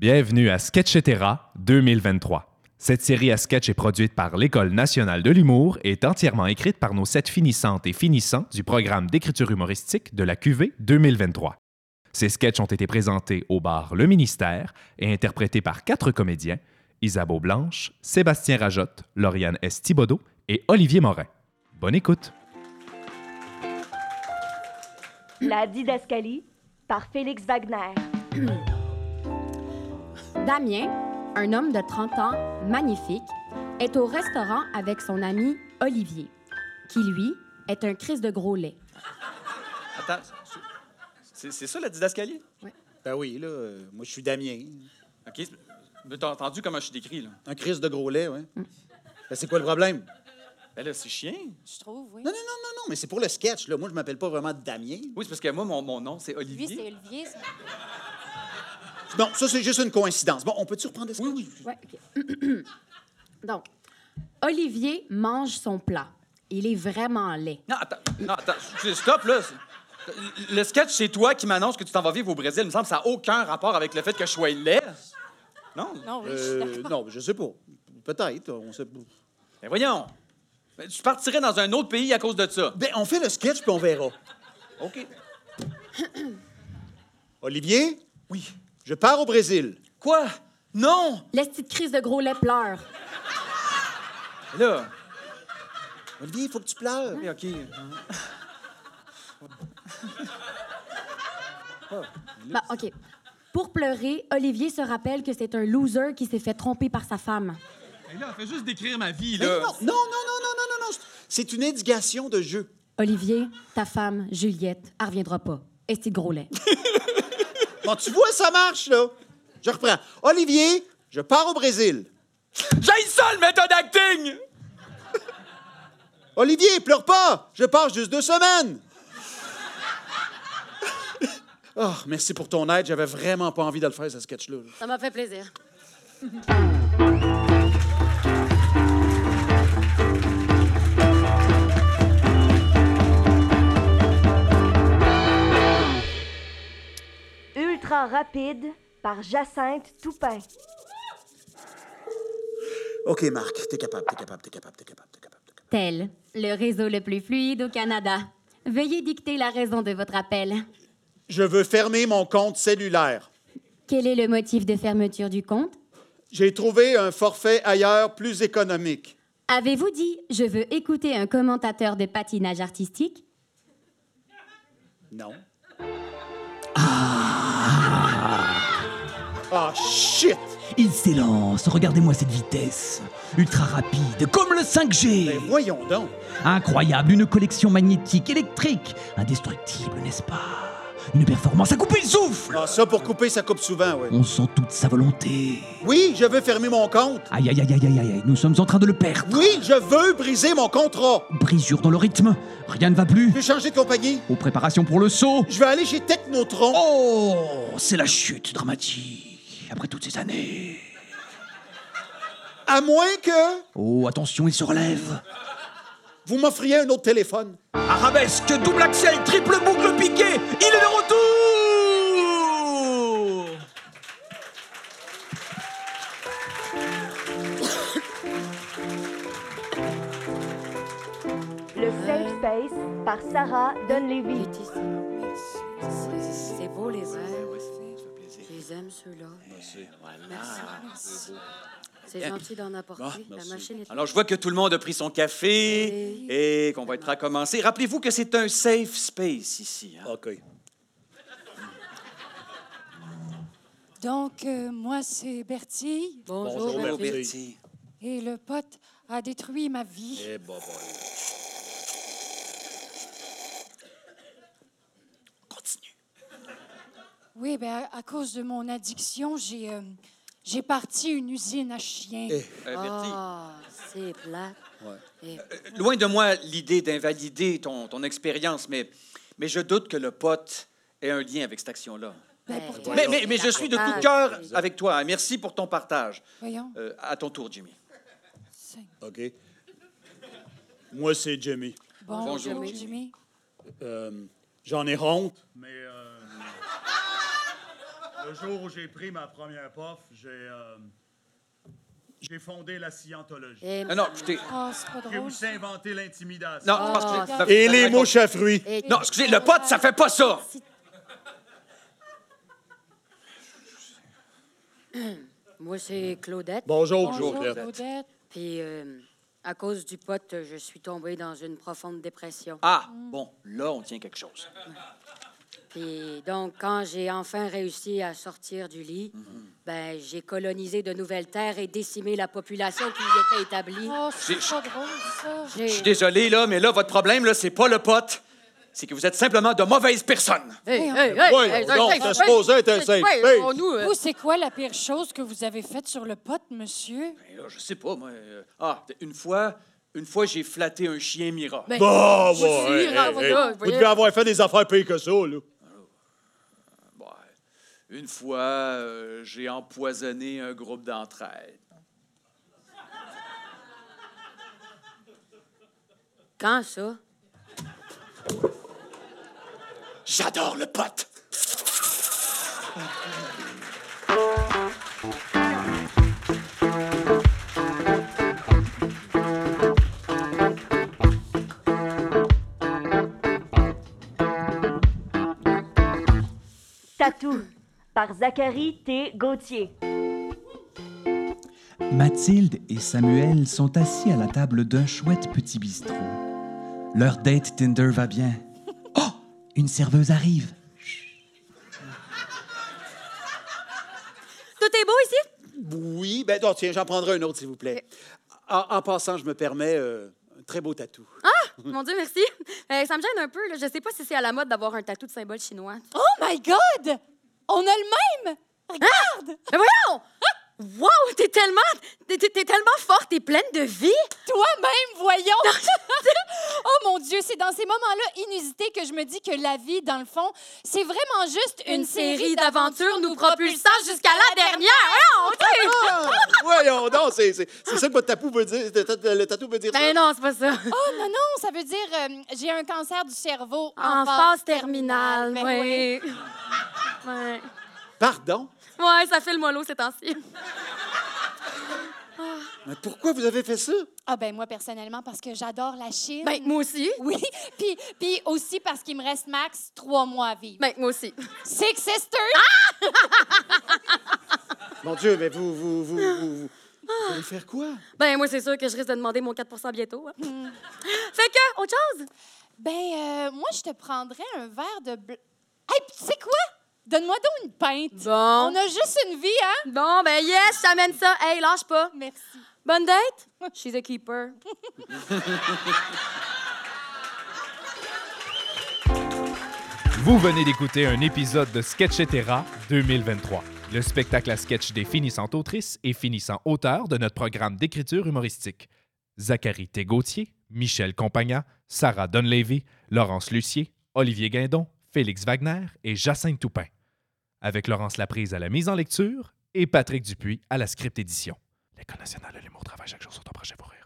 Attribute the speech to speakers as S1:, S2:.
S1: Bienvenue à Sketchetera 2023. Cette série à sketch est produite par l'École nationale de l'humour et est entièrement écrite par nos sept finissantes et finissants du programme d'écriture humoristique de la QV 2023. Ces sketchs ont été présentés au bar Le Ministère et interprétés par quatre comédiens Isabeau Blanche, Sébastien Rajotte, Lauriane S. Thibodeau et Olivier Morin. Bonne écoute!
S2: La Didascalie par Félix Wagner.
S3: Damien, un homme de 30 ans, magnifique, est au restaurant avec son ami Olivier, qui lui est un Christ de gros lait.
S4: Attends, c'est c'est ça la didascalie?
S5: Ben oui, là, euh, moi, je suis Damien.
S4: OK. c'est- mais T'as entendu comment je suis décrit, là?
S5: Un Christ de gros lait, ouais. Ben, c'est quoi le problème?
S4: Ben là, c'est chien.
S6: Je trouve, oui.
S5: Non, non, non, non, non, mais c'est pour le sketch, là. Moi, je m'appelle pas vraiment Damien.
S4: Oui, c'est parce que moi, mon, mon nom, c'est
S6: Lui, c'est
S4: Olivier.
S6: Olivier. ça.
S5: Non, ça, c'est juste une coïncidence. Bon, on peut-tu reprendre le sketch? Oui, oui.
S3: Ouais, OK. Donc, Olivier mange son plat. Il est vraiment laid.
S4: Non, attends, non, attends, excusez, stop, là. C'est- Le sketch, c'est toi qui m'annonce que tu t'en vas vivre au Brésil. Il me semble que ça n'a aucun rapport avec le fait que je sois laid. Non?
S6: Non, oui, je suis
S5: Euh, non, je sais pas. Peut-être, on sait pas.
S4: Ben voyons. Ben, tu partirais dans un autre pays à cause de ça.
S5: Ben, on fait le sketch, puis on verra.
S4: OK.
S5: Olivier,
S4: Oui.
S5: je pars au Brésil.
S4: Quoi? Non!
S3: L'esti de Christ de gros lait pleure.
S4: Là.
S5: Olivier, il faut que tu pleures.
S4: Oui, OK.
S3: Ben, OK. Pour pleurer, Olivier se rappelle que c'est un loser qui s'est fait tromper par sa femme.
S4: là, fais juste décrire ma vie,
S5: Ben, non, non, non, non, non, non, non, non. C'est une indication de jeu.
S3: Olivier, ta femme, Juliette, elle reviendra pas. Esti de gros lait.
S5: Bon, tu vois, ça marche, là. Je reprends. Olivier, je pars au Brésil.
S4: J'ai ça, le méthode acting!
S5: Olivier, pleure pas! Je pars juste deux semaines! Oh, merci pour ton aide. J'avais vraiment pas envie de le faire, ce sketch-là.
S3: Ça m'a fait plaisir.
S2: Ultra rapide par Jacinthe Toupin.
S5: OK, Marc, t'es capable, t'es capable, t'es capable, t'es capable, t'es capable, t'es capable.
S3: Tel, le réseau le plus fluide au Canada. Veuillez dicter la raison de votre appel.
S5: Je veux fermer mon compte cellulaire.
S3: Quel est le motif de fermeture du compte?
S5: J'ai trouvé un forfait ailleurs plus économique.
S3: Avez-vous dit « Je veux écouter un commentateur de patinage artistique
S5: Non. Ah, shit!
S7: Il s'élance, regardez-moi cette vitesse. Ultra rapide, comme le 5G.
S5: Ben voyons donc.
S7: Incroyable, une collection magnétique, électrique, indestructible, n'est-ce pas Une performance à couper le souffle.
S5: Ah, ça, pour couper, ça coupe souvent, oui.
S7: On sent toute sa volonté.
S5: Oui, je veux fermer mon compte.
S7: Aïe, aïe, aïe, aïe, aïe, aïe, nous sommes en train de le perdre.
S5: Oui, je veux briser mon contrat.
S7: Brisure dans le rythme, rien ne va plus.
S5: Je veux changer de compagnie.
S7: Aux préparations pour le saut.
S5: Je vais aller chez Technotron.
S7: Oh, c'est la chute dramatique, après toutes ces années.
S5: À moins que
S7: Oh, attention, il se relève.
S5: vous m'offriez un autre téléphone.
S7: Arabesque, double axel, triple boucle piqué, il est de retour
S2: Le Safe Space par Sarah Dunleavy.
S6: C'est beau, les airs. Je les aime, ceux-là.
S4: Ah,
S6: Merci. Merci. C'est gentil d'en apporter. La machine est...
S4: Alors, je vois que tout le monde a pris son café et qu'on va être recommencé. Rappelez-vous que c'est un safe space ici. hein.
S5: OK.
S8: Donc, euh, moi, c'est Bertille
S6: Bonjour,
S5: Bonjour,
S6: Bertie.
S5: Bertie.
S8: et le pote a détruit ma vie.
S5: Eh,
S4: Continue.
S8: Oui, ben, à, à cause de mon addiction, j'ai euh, j'ai parti une usine à chiens.
S5: Eh.
S4: Euh, Bertie,
S6: Ah, c'est plat.
S4: euh, loin de moi l'idée d'invalider ton, ton expérience, mais, mais je doute que le pote ait un lien avec cette action-là.
S8: Ben, pour toi,
S4: Mais, mais, mais je suis de tout cœur avec toi. hein. Merci pour ton partage.
S8: Voyons.
S4: Euh, à ton tour, Jimmy.
S8: c'est-
S5: OK. Moi, c'est Jimmy.
S8: Bon,
S4: Bonjour,
S8: Jimmy.
S4: Jimmy.
S5: Euh, J'en ai honte, mais... euh,
S9: Le jour où j'ai pris ma première pof, j'ai. euh, j'ai fondé la scientologie.
S6: Eh,
S4: Ah, Euh, Non, non, écoutez.
S8: Oh, c'est pas
S9: J'ai
S8: drôle.
S9: aussi inventé l'intimidation.
S4: Non, je pense que.
S6: Ah,
S4: ça-
S5: Et
S4: ça-
S5: les
S4: ça-
S5: mouches à fruits.
S6: eh,
S4: Non, excusez, le pote, ça fait pas ça!
S6: Moi, c'est Claudette.
S5: Bonjour,
S8: Bonjour,
S5: Claire.
S8: Claudette.
S6: Puis, euh, à cause du pote, je suis tombée dans une profonde dépression.
S4: Ah, bon, là, on tient quelque chose.
S6: Puis, donc, quand j'ai enfin réussi à sortir du lit,
S4: Mhm.
S6: ben, j'ai colonisé de nouvelles terres et décimé la population qui y était établie.
S8: Oh, c'est
S4: J'ai-
S8: pas drôle, ça.
S6: J'ai-
S4: Je suis désolé, là, mais là, votre problème, là, c'est pas le pote. C'est que vous êtes simplement de mauvaises personnes.
S6: Hey, hey, hey,
S5: Oui,
S6: hey,
S5: non,
S6: hey,
S5: ça
S6: hey,
S5: se posait être un
S6: hey,
S5: safe
S6: hey,
S5: space.
S6: on nous, euh,
S8: Vous, c'est quoi la pire chose que vous avez faite sur le pote, monsieur?
S4: Ben là, je sais pas, moi. euh, Ah, une fois, une fois, j'ai flatté un chien mira.
S6: ben,
S5: Bon,
S6: je
S5: bon,
S6: suis
S5: hey,
S6: là,
S5: Bah, hey,
S6: voilà,
S5: hey.
S6: vous
S5: Vous
S6: voyez.
S5: devez avoir fait des affaires pires que ça, là.
S4: Ouais. Une fois, euh, j'ai empoisonné un groupe d'entraide.
S6: Quand ça?
S4: J'adore le pote!
S2: Tatou par Zachary T. Gauthier.
S7: Mathilde et Samuel sont assis à la table d'un chouette petit bistrot. Leur date Tinder va bien. Oh! Une serveuse arrive.
S6: Tout est beau ici?
S5: Oui, ben non, tiens, j'en prendrai un autre, s'il vous plaît. En, en passant, je me permets euh, un très beau tatou.
S6: Mon Dieu, merci. Euh, ça me gêne un peu. Là. Je sais pas si c'est à la mode d'avoir un tatou de symbole chinois.
S8: Oh my God! On a le même! Regarde!
S6: Mais Ah! voyons! Wow, t'es tellement, t'es, t'es- t'es tellement forte, t'es pleine de vie.
S8: Toi-même, voyons! oh mon Dieu, c'est dans ces moments-là inusités que je me dis que la vie, dans le fond, c'est vraiment juste une, série d'aventures nous propulsant
S6: jusqu'à la dernière. Voyons, t'sais.
S5: Ah, voyons donc, c'est c'est- c'est ça que votre tatou veut dire. Le, tat- le tatou veut dire ça.
S6: Ben non, c'est pas ça.
S8: Oh non, non, ça veut dire euh, j'ai un cancer du cerveau
S6: En phase Ah, terminale,
S8: Ben
S6: oui. Ouais.
S5: Pardon?
S6: ouais, ça fait le mollo ces temps-ci.
S5: Mais pourquoi vous avez fait ça?
S8: Ah ben moi, personnellement, parce que j'adore la Chine.
S6: Ben, moi aussi.
S8: oui, puis, puis aussi parce qu'il me reste max trois mois à vivre.
S6: Ben, moi aussi.
S8: Six sisters!
S5: Mon Dieu, mais vous, vous, vous, vous, vous- vous allez faire quoi?
S6: Ben, moi, c'est sûr que je risque de demander mon 4 bientôt. hein. fait que, autre chose?
S8: Ben, euh, moi, je te prendrais un verre de... bl- Hey, puis tu sais quoi? Donne-moi donc une pinte. On
S6: Bon.
S8: a juste une vie, hein?
S6: Bon, ben, yes, j'amène ça. Hey, lâche pas.
S8: Merci.
S6: Bonne date? She's a keeper.
S1: Vous venez d'écouter un épisode de Sketchetera 2023, le spectacle à sketch des finissantes autrices et finissants auteurs de notre programme d'écriture humoristique. Zachary Tégautier, Michel Compagna, Sarah Dunleavy, Laurence Lucier, Olivier Guindon, Félix Wagner et Jacinthe Toupin. Avec Laurence Laprise à la mise en lecture et Patrick Dupuis à la script édition. L'École nationale de l'humour travaille chaque jour sur ton projet pour rire.